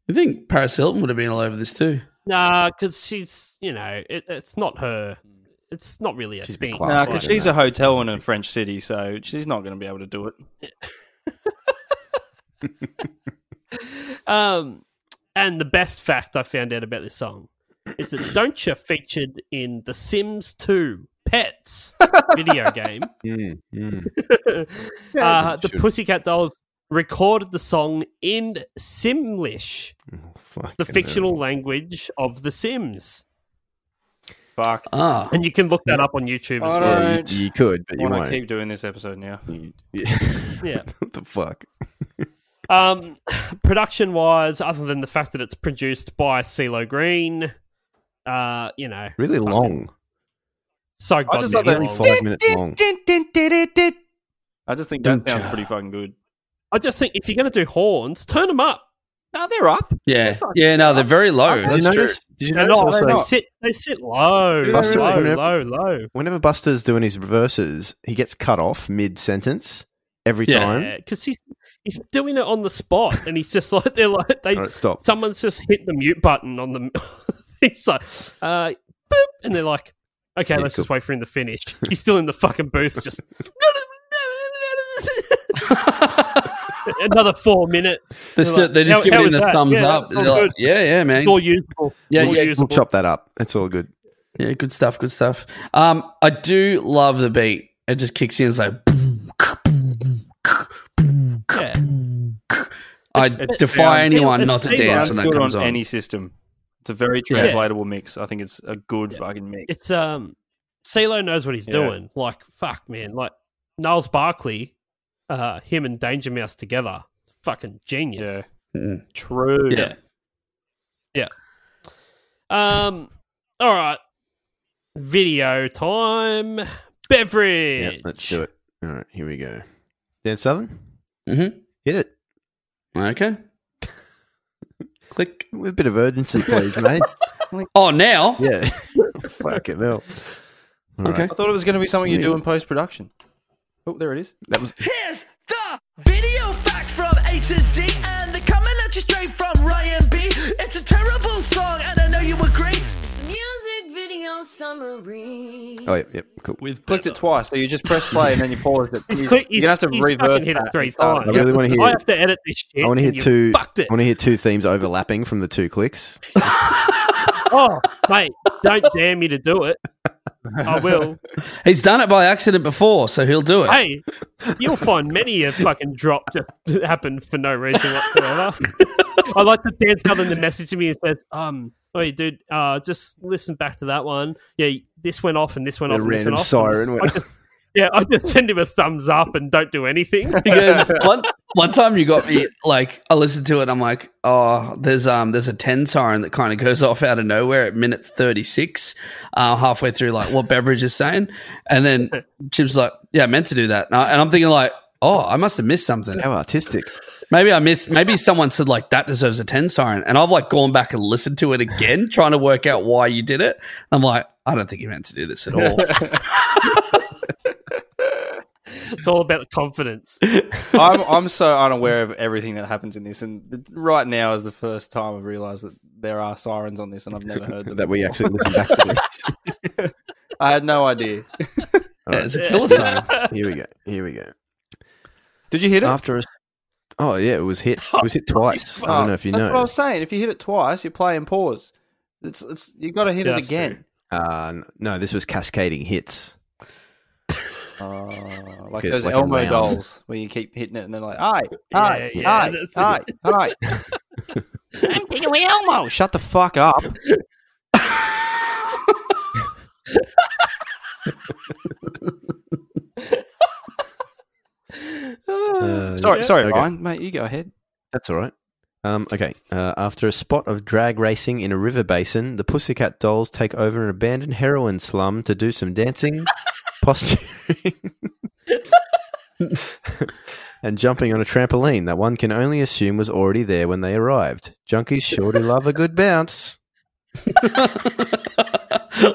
I think Paris Hilton would have been all over this too. nah, because she's you know it, it's not her. It's not really a She's a bit thing. classy. nah, Nah, 'cause Right. she's a hotel in a French city, so she's not going to be able to do it. Um, and the best fact I found out about this song is that Don'tcha featured in The Sims 2 *laughs* Pets video game. Hmm, Mm. uh, the Pussycat Dolls recorded the song in Simlish, the fictional language of The Sims. Fuck. Ah, And you can look that up on YouTube as I well. Yeah, don't you, you could, but you want to won't. keep doing this episode now. *laughs* Yeah. what the fuck? Um, *sighs* production wise, other than the fact that it's produced by CeeLo Green, uh, you know, Really long. so I just thought goddamn that- long. Five minutes long. I just think that Don't sounds ya. pretty fucking good. I just think if you're going to do horns, turn them up. No, they're up. yeah, yeah. No, they're very low. Did you That's true. *laughs* notice? Did you They're notice not. They also? sit. They sit low, Yeah, Buster, low, whenever- low, low. Whenever Buster's doing his reverses, he gets cut off mid sentence every Yeah. time. Because he's he's doing it on the spot, and he's just *laughs* like they're like they All right, stop. someone's just hit the mute button on the. *laughs* he's like, uh, boop, and they're like, okay, let's just wait for him to finish. He's still in the fucking booth, just another four minutes. They're still- they're just giving him is the thumbs Yeah, up. all They're like, good. "Yeah, yeah, man." It's all usable. Yeah, It's all yeah, We'll usable. chop that up. It's all good. Yeah, good stuff. Good stuff. Um, I do love the beat. It just kicks in. It's like. *laughs* boom, k- boom, k- boom, k- Yeah. boom, k. I it's- defy yeah, anyone it's- not to it's- dance when Sounds that good comes on, on. any system. It's a very translatable mix. I think it's a good fucking mix. It's um, CeeLo knows what he's Yeah. doing. Like fuck, man. Like Niles Barkley, uh, him and Danger Mouse together, fucking genius. Yeah. Mm. True. yeah. Um, all right. Video time. Beverage. Yeah, let's do it. All right, here we go. Dan Southern, Mm-hmm. hit it Okay. *laughs* Click. with a bit of urgency, *laughs* please, mate. Oh, now. Yeah. *laughs* Fucking hell. All Okay. I thought it was going to be something you do in post production. Oh, there it is. That was Here's the video facts from A to Z, and they're coming at you straight from Ryan B. It's a terrible song, and I know you agree. Music video summary. Oh yeah, yep, cool. With Clicked it twice, so you just press play and then you pause it. He's You- click- You're gonna have to he's revert fucking hit it that three and start times. I really want to hear I have to edit this shit. I want to and hear you two Fucked it. I want to hear two themes overlapping from the two clicks. Oh, mate, don't dare me to do it. I will. He's done it by accident before, so he'll do it. Hey, you'll find many a fucking drop just happened for no reason whatsoever. I like to dance other than message me and says, um, Hey dude, uh, just listen back to that one. Yeah, this went off and this went The off. And this random went off. siren I went just- yeah, I just send him a thumbs up and don't do *laughs* anything. Because one one time you got me like I listened to it, I'm like, oh, there's um there's a ten siren that kind of goes off out of nowhere at minutes thirty six, uh, halfway through like what beverage is saying, and then Chip's like, yeah, I meant to do that, and, I, and I'm thinking like, oh, I must have missed something. How artistic. Maybe I missed. Maybe someone said like that deserves a ten siren, and I've like gone back and listened to it again, trying to work out why you did it. I'm like, I don't think you meant to do this at all. It's all about the confidence. I'm I'm so unaware of everything that happens in this, and th- right now is the first time I've realised that there are sirens on this, and I've *laughs* never heard them. that we actually listen back to *laughs* this. I had no idea. Yeah, it's a killer siren. Here we go. Here we go. Did you hit it? After us Oh yeah, it was hit. It was hit twice. I don't know if you Oh, that's what I know. was saying. If you hit it twice, you play and pause. It's it's you got to hit Yeah, it that's again, Uh, n- no, this was cascading hits. Uh, like Okay, those like a Elmo round. dolls where you keep hitting it, and they're like, "Hi, Yeah, hi, yeah, hi, that's- hi, hi." *laughs* I'm taking away Elmo. Shut the fuck up. Uh, Sorry, yeah. sorry, Okay. Ryan, mate. You go ahead. That's all right. Um, okay. Uh, after a spot of drag racing in a river basin, the Pussycat Dolls take over an abandoned heroin slum to do some dancing, posturing, *laughs* and jumping on a trampoline that one can only assume was already there when they arrived. Junkies sure do love a good bounce.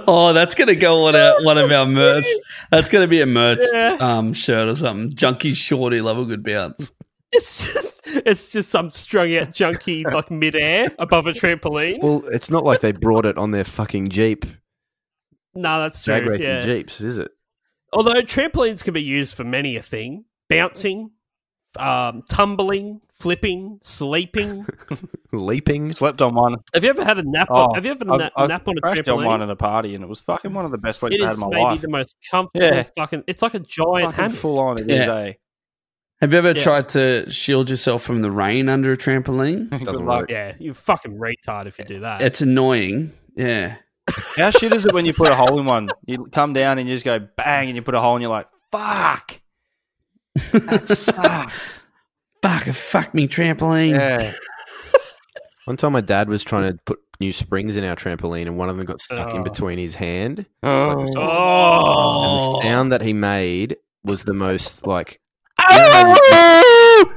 oh, that's gonna go *laughs* on our, one of our merch. That's gonna be a merch Yeah. um, shirt or something. Junkie shorty, love a good bounce. It's just it's just some strung out junkie like midair above a trampoline. Well, it's not like they brought it on their fucking jeep, No, that's true. drag racing yeah. jeeps, is it? Although trampolines can be used for many a thing bouncing, um, tumbling, flipping, *laughs* sleeping. Leaping. Slept on one. Oh, have you ever had a nap on, Oh, have you ever I've- na- I've nap on a crashed on one trampoline? at a party, and it was fucking one of the best sleeps It I had in is my maybe life. the most comfortable Yeah. fucking. It's like a giant Fucking hammock. *laughs* full on it is, Yeah. eh? *laughs* Have you ever Yeah. tried to shield yourself from the rain under a trampoline? Doesn't luck. work. Yeah, you're fucking retard if you do that. It's annoying. Yeah. How shit is it when you put a hole in one? You come down and you just go bang, and you put a hole, and you're like, "Fuck, that sucks." Fuck, fuck me trampoline. yeah, One time, my dad was trying to put new springs in our trampoline, and one of them got stuck in Oh. between his hand. And oh, the sound that he made was the most like. *laughs* you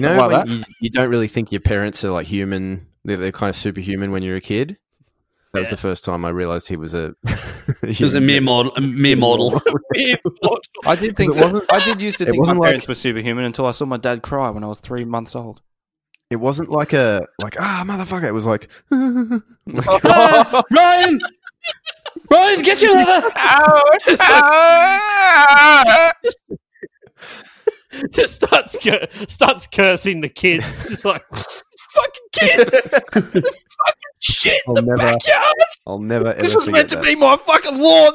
know, Like when that? you, you don't really think your parents are like human, they're, they're kind of superhuman when you're a kid. That was the first time I realized he was a. *laughs* It was a mere model. A *laughs* mere model. Mere model. I did think It wasn't- I did used to It think my wasn't like- parents were superhuman until I saw my dad cry when I was three months *laughs* old. it wasn't like a like ah motherfucker. It was like *laughs* *laughs* Ah, Ryan, Ryan, get your leather. Just, like- just, *laughs* just starts cur- starts cursing the *laughs* kids. Just like fucking *laughs* kids, the fucking shit, in I'll the never- backyard. I'll never. This ever was meant forget to that. be my fucking lawn.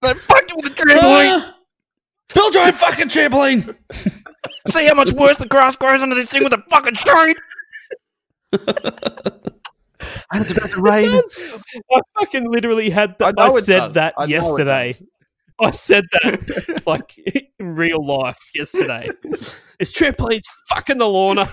They fucked it with a trampoline. Ah, Bill drive fucking trampoline. See how much worse the grass grows under this thing with a fucking string. And it's about *laughs* to rain. I fucking literally had that. I I, know it said does. that I know it yesterday. does. I said *laughs* that like in real life yesterday. It's trampolines fucking the lawn *laughs* up.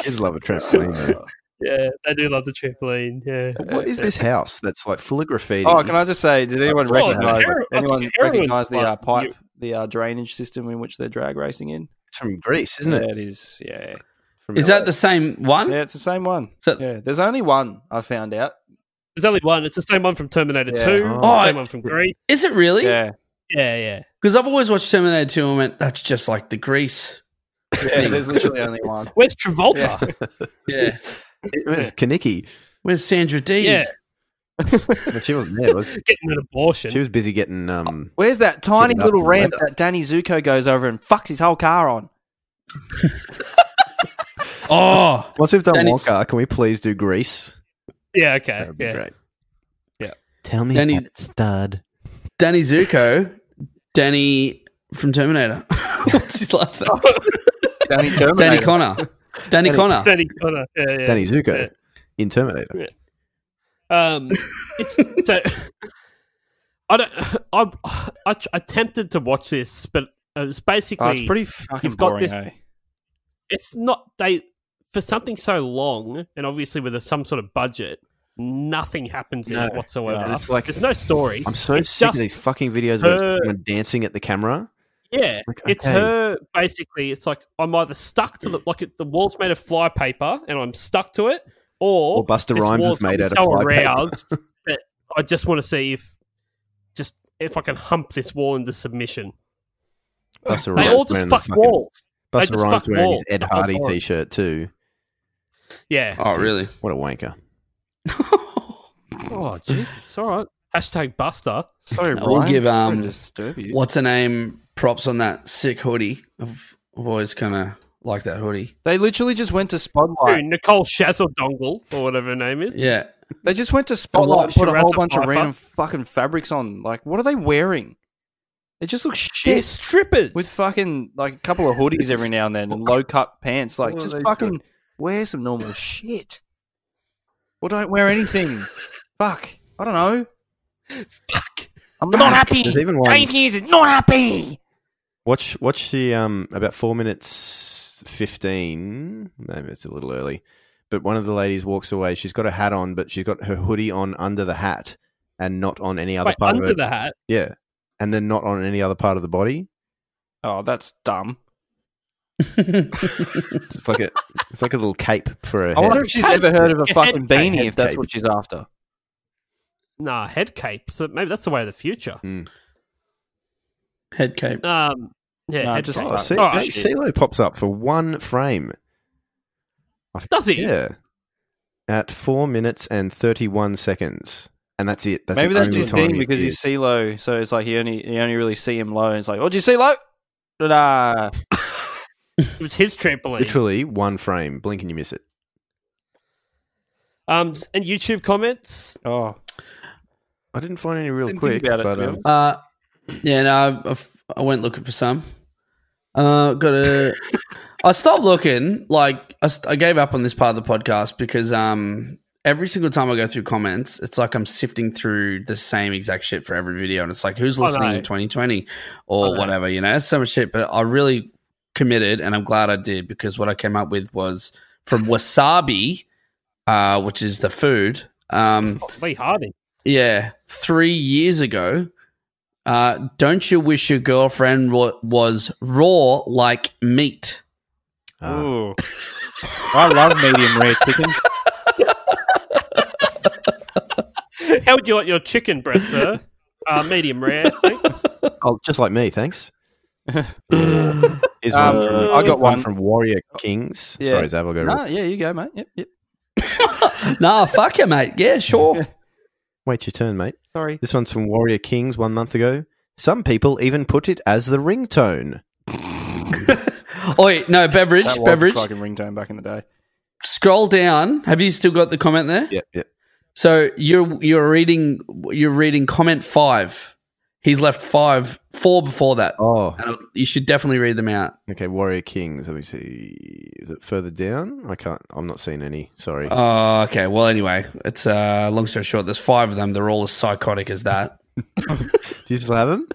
Kids love a trampoline. yeah, they do love the trampoline. Yeah. what is this house that's like full of graffiti? Oh, can I just say, did anyone Oh, it's recognize terrible. anyone It's terrible. recognize the uh, Like, pipe, you- the uh, drainage system in which they're drag racing in? It's from Greece, isn't Yeah, it? it is. Yeah, From Is LA. that the same one? yeah, it's the same one. So- yeah, there's only one I found out. There's only one. It's the same one from Terminator Yeah. 2. Oh. the Oh, same one from Greece. Is it really? Yeah, Yeah, *laughs* yeah. Because I've always watched Terminator 2 and went, that's just like the grease. yeah, *laughs* there's literally only one. Where's Travolta? Yeah. It was Kaniki. Where's Sandra D? Yeah. But she wasn't *laughs* there. Was she? Getting an abortion. she was busy getting um. Where's that tiny Kidnapped little and ramp later. that Danny Zuko goes over and fucks his whole car on? Oh, Once we've done Danny- Wonka, can we please do Greece? yeah, okay. That would be Yeah. great. Tell me Danny- that stud. Danny Zuko. Danny from Terminator. *laughs* What's his last name? Danny Danny Connor. Danny Connor. Danny Connor. Yeah, yeah. Danny Zuko Yeah. in Terminator. Um, it's so. *laughs* I don't. *sighs* I, I attempted to watch this, but it was basically. Oh, it's pretty fucking You've got boring. this- eh? it's not they for something so long and obviously with a, some sort of budget nothing happens in it whatsoever no. It's like- there's no story I'm so It's sick of just these fucking videos where her- it's someone dancing at the camera. yeah Like, it's okay. her basically it's like i'm either stuck to the like it, the wall's made of fly paper and i'm stuck to it or, Or Busta this Rhymes wall's is got made me out of so fly paper. aroused that i just want to see if just if i can hump this wall into submission Buster they all just fuck walls They Buster just Rhymes fuck wearing his walls Ed the whole Hardy time. t-shirt too. yeah Oh, really? What a wanker! oh jesus it's all right hashtag buster Sorry, I will Ryan, give, sorry to um, disturb you. What's her name? Props on that sick hoodie. I've, I've always kind of liked that hoodie. They literally just went to Spotlight. Who, Nicole Shazzledongle or whatever her name is. Yeah. They just went to Spotlight and Sure, put a that's whole a bunch of pipe random up. fucking fabrics on. Like, what are they wearing? They just look They're shit strippers. with fucking like a couple of hoodies every now and then and low cut pants. Like, What are just they fucking wear some normal shit. Or don't wear anything. Fuck. I don't know. Fuck. I'm not happy. There's even one. years is not happy. Watch watch the um about four minutes fifteen. Maybe it's a little early, but one of the ladies walks away. She's got a hat on, but she's got her hoodie on under the hat and not on any other Wait, part of under it. the hat. Yeah, and then not on any other part of the body. Oh, that's dumb. It's like a it's like a little cape for a *laughs* I head. wonder if she's ever heard of *laughs* a Head fucking cape. beanie if that's Head what she's after. Nah, head cape. So maybe that's the way of the future. Head cape. Um, yeah, Nah, head just- cape. Oh, see, Alright. mate, CeeLo pops up for one frame. I- Does he? Yeah. At four minutes and thirty-one seconds, and that's it. That's Maybe the that's only his time thing he because he's appears. CeeLo, so it's like you only you only really see him low, and it's like, oh, did you see low? Ta-da. It was his trampoline. literally one frame. Blink and you miss it. Um, and YouTube comments. Oh, I didn't find any real Didn't think quick, about it, but to be um, Uh, yeah, no, I, I've- I went looking for some. Uh, got *laughs* a. I stopped looking. Like I, st- I gave up on this part of the podcast because um, every single time I go through comments, it's like I'm sifting through the same exact shit for every video, and it's like who's I listening know. in 2020 or know. whatever. You know, it's so much shit. But I really committed, and I'm glad I did because what I came up with was from Wasabi, uh, which is the food. Um, Lee Harding. yeah, three years ago. Uh, don't you wish your girlfriend wa- was raw like meat? ah, I love medium rare chicken. *laughs* How would you like your chicken breast, sir? Uh, medium rare. thanks. Oh, just like me, *laughs* thanks. Is one Um, from- I got one um, from Warrior Kings. yeah. Sorry, Zav, I'll go. No, Ah, yeah, you go, mate. Yep, yep. nah, fuck you, mate. Yeah, *laughs* sure. Wait your turn, mate. Sorry. This one's from Warrior Kings one month ago. Some people even put it as the ringtone. Oi, no, beverage, That was beverage. fucking ringtone back in the day. Scroll down. Have you still got the comment there? Yep, yep. So you're you're reading you're reading comment five. He's left five four before that. Oh, And You should definitely read them out. okay. Warrior Kings. Let me see. Is it further down? I can't. I'm not seeing any. Sorry. Uh, Oh, okay. Well, anyway, it's uh, long story short. There's five of them. They're all as psychotic as that. Do you still have them?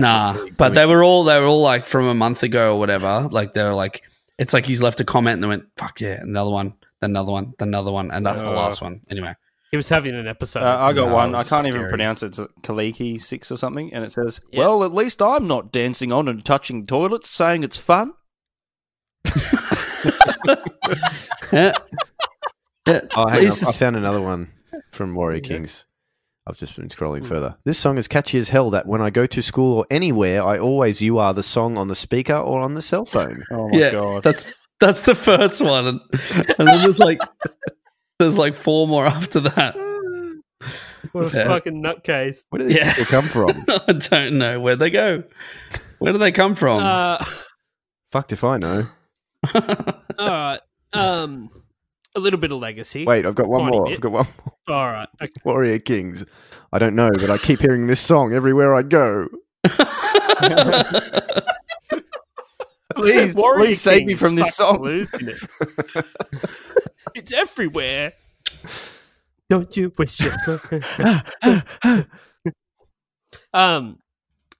Nah, but they were all they were all like from a month ago or whatever. Like they're like it's like he's left a comment and they went fuck yeah another one then another one then another one and that's the last one anyway. He was having an episode. Uh, I got that one. I was can't even scary. pronounce it. It's a Kaliki six or something, and it says, "Well, at least I'm not dancing on and touching toilets, saying it's fun." Yeah. Yeah. Oh, hang It's- on. I found another one from Warrior Kings. I've just been scrolling further. This song is catchy as hell. That when I go to school or anywhere, I always you are the song on the speaker or on the cell phone. Oh my yeah, god! that's that's the first one, and, and then there's like *laughs* there's like four more after that. *laughs* what a Yeah. fucking nutcase. Where did Yeah. they come *laughs* from? I don't know where they go. Where do they come from? Uh, *laughs* Fucked if I know. all right. Um, a little bit of legacy. Wait, I've got one Tiny more. bit. I've got one more. *laughs* All right. Okay. Warrior Kings. I don't know, but I keep hearing this song everywhere I go. *laughs* please, Warrior please save me King's from this fucking song. losing it. *laughs* it's everywhere. Don't you wish *laughs* you were- Um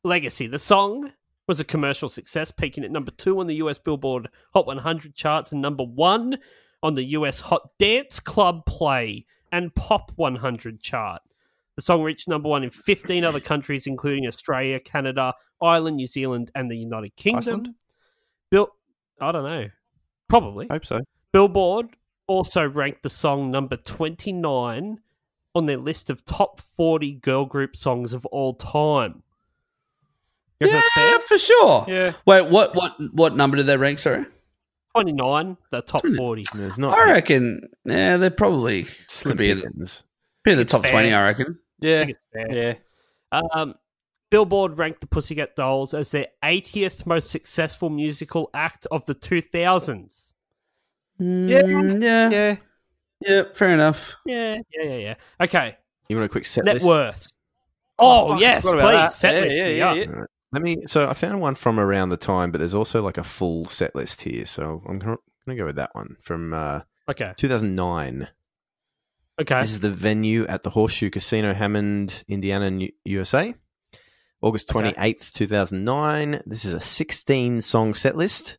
Legacy. The song was a commercial success, peaking at number two on the US Billboard Hot 100 charts and number one on the US Hot Dance Club Play and Pop 100 chart. The song reached number one in 15 other countries, including Australia, Canada, Ireland, New Zealand, and the United Kingdom. Iceland? Bill, I don't know. Probably. I hope so. Billboard also ranked the song number 29 on their list of top 40 girl group songs of all time. You reckon yeah, that's fair? for sure. Yeah. Wait, what what what number did they rank? Sorry, 29, the top 40. It's not I reckon. Yeah, they're probably Slim could be in, Pickens. be in the top fair. twenty. I reckon. I Yeah, think it's fair. yeah. Um, Billboard ranked the Pussycat Dolls as their 80th most successful musical act of the 2000s. Mm, yeah, yeah, Yeah. yeah. Fair enough. Yeah, yeah, yeah, yeah. Okay, You want a quick set net list? worth. Oh, fuck, I yes, forgot please, about that. set Yeah, list yeah, me yeah, up. yeah. Let me. So I found one from around the time, but there's also like a full set list here. So I'm going to go with that one from uh, Okay, 2009. okay. This is the venue at the Horseshoe Casino, Hammond, Indiana, New- USA. August 28th, 2009. This is a 16 song set list.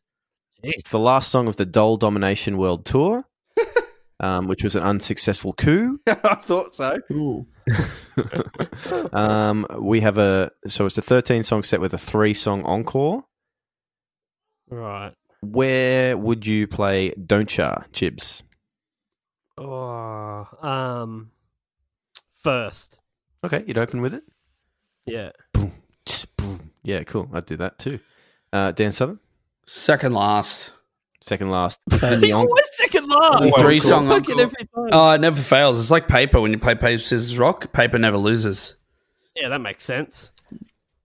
It's the last song of the Dole Domination World *laughs* Tour, um, which was an unsuccessful coup. I thought so. *laughs* um, we have a, so it's a 13 song set with a three song encore. Right. Where would you play Don't Ya, Chibs? Oh, um, first. Okay, you'd open with it? Yeah. Yeah, cool. I'd do that too. Uh, Dan Southern, Second last. second last. *laughs* Three Oh, second last. song. encore. every time. Oh, it never fails. It's like paper when you play paper scissors rock. Paper never loses. yeah, that makes sense.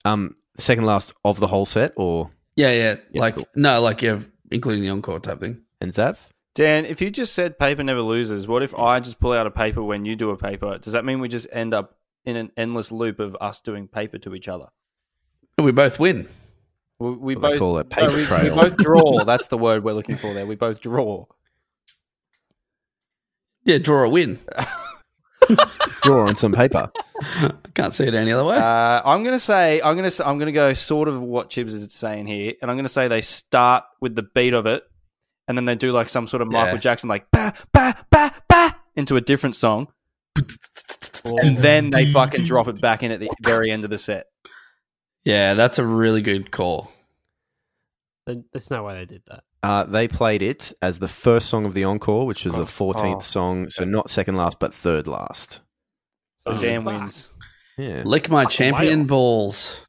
Um, second last of the whole set, or Yeah, yeah. like cool. no, like yeah, including the encore type thing. and Zav? Dan, if you just said paper never loses, what if I just pull out a paper when you do a paper? Does that mean we just end up in an endless loop of us doing paper to each other? We both win. We, we What they both call it, no, paper we- we, trail. *laughs* both draw. That's the word we're looking for. There, we both draw. Yeah, draw a win. Draw on some paper. I can't see it any other way. Uh, I'm gonna say I'm gonna say, I'm gonna go sort of what Chibs is saying here, and I'm gonna say they start with the beat of it, and then they do like some sort of Michael Yeah. Jackson like ba ba ba ba into a different song, and then they fucking drop it back in at the very end of the set. yeah, that's a really good call. There- There's no way they did that. Uh, they played it as the first song of the encore, which was the 14th Oh. song, so not second last, but third last. So Oh, Dan wins. Yeah. Lick my champion balls.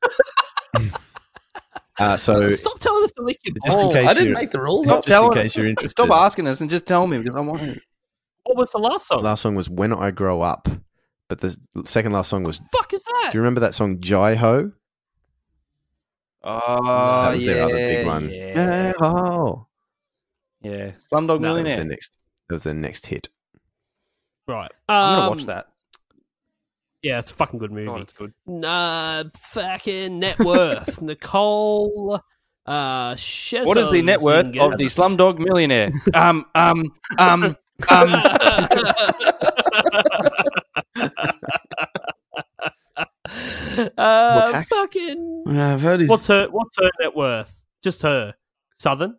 Uh, so Stop telling us to lick your just in balls. case I didn't you're- make the rules up. just in case you're interested. Stop asking us and just tell me because I want it. What was the last song? Last song was "When I Grow Up," but the second last song was. Do fuck is that? you remember that song "Jai Ho"? Oh, that was yeah. their other big one. Yeah. Jai Ho. Yeah. Slumdog That was Millionaire. their next. That was their next hit. Right. I'm Um, going to watch that. Yeah, it's a fucking good movie. Oh, it's good. Nah, fucking net *laughs* worth. Nicole uh Shezos. What is the net worth of the *laughs* Slumdog Millionaire? um, um, um, um. *laughs* uh, tax? fucking Yeah, I've heard he's What's her what's her net worth? Just her. Southern?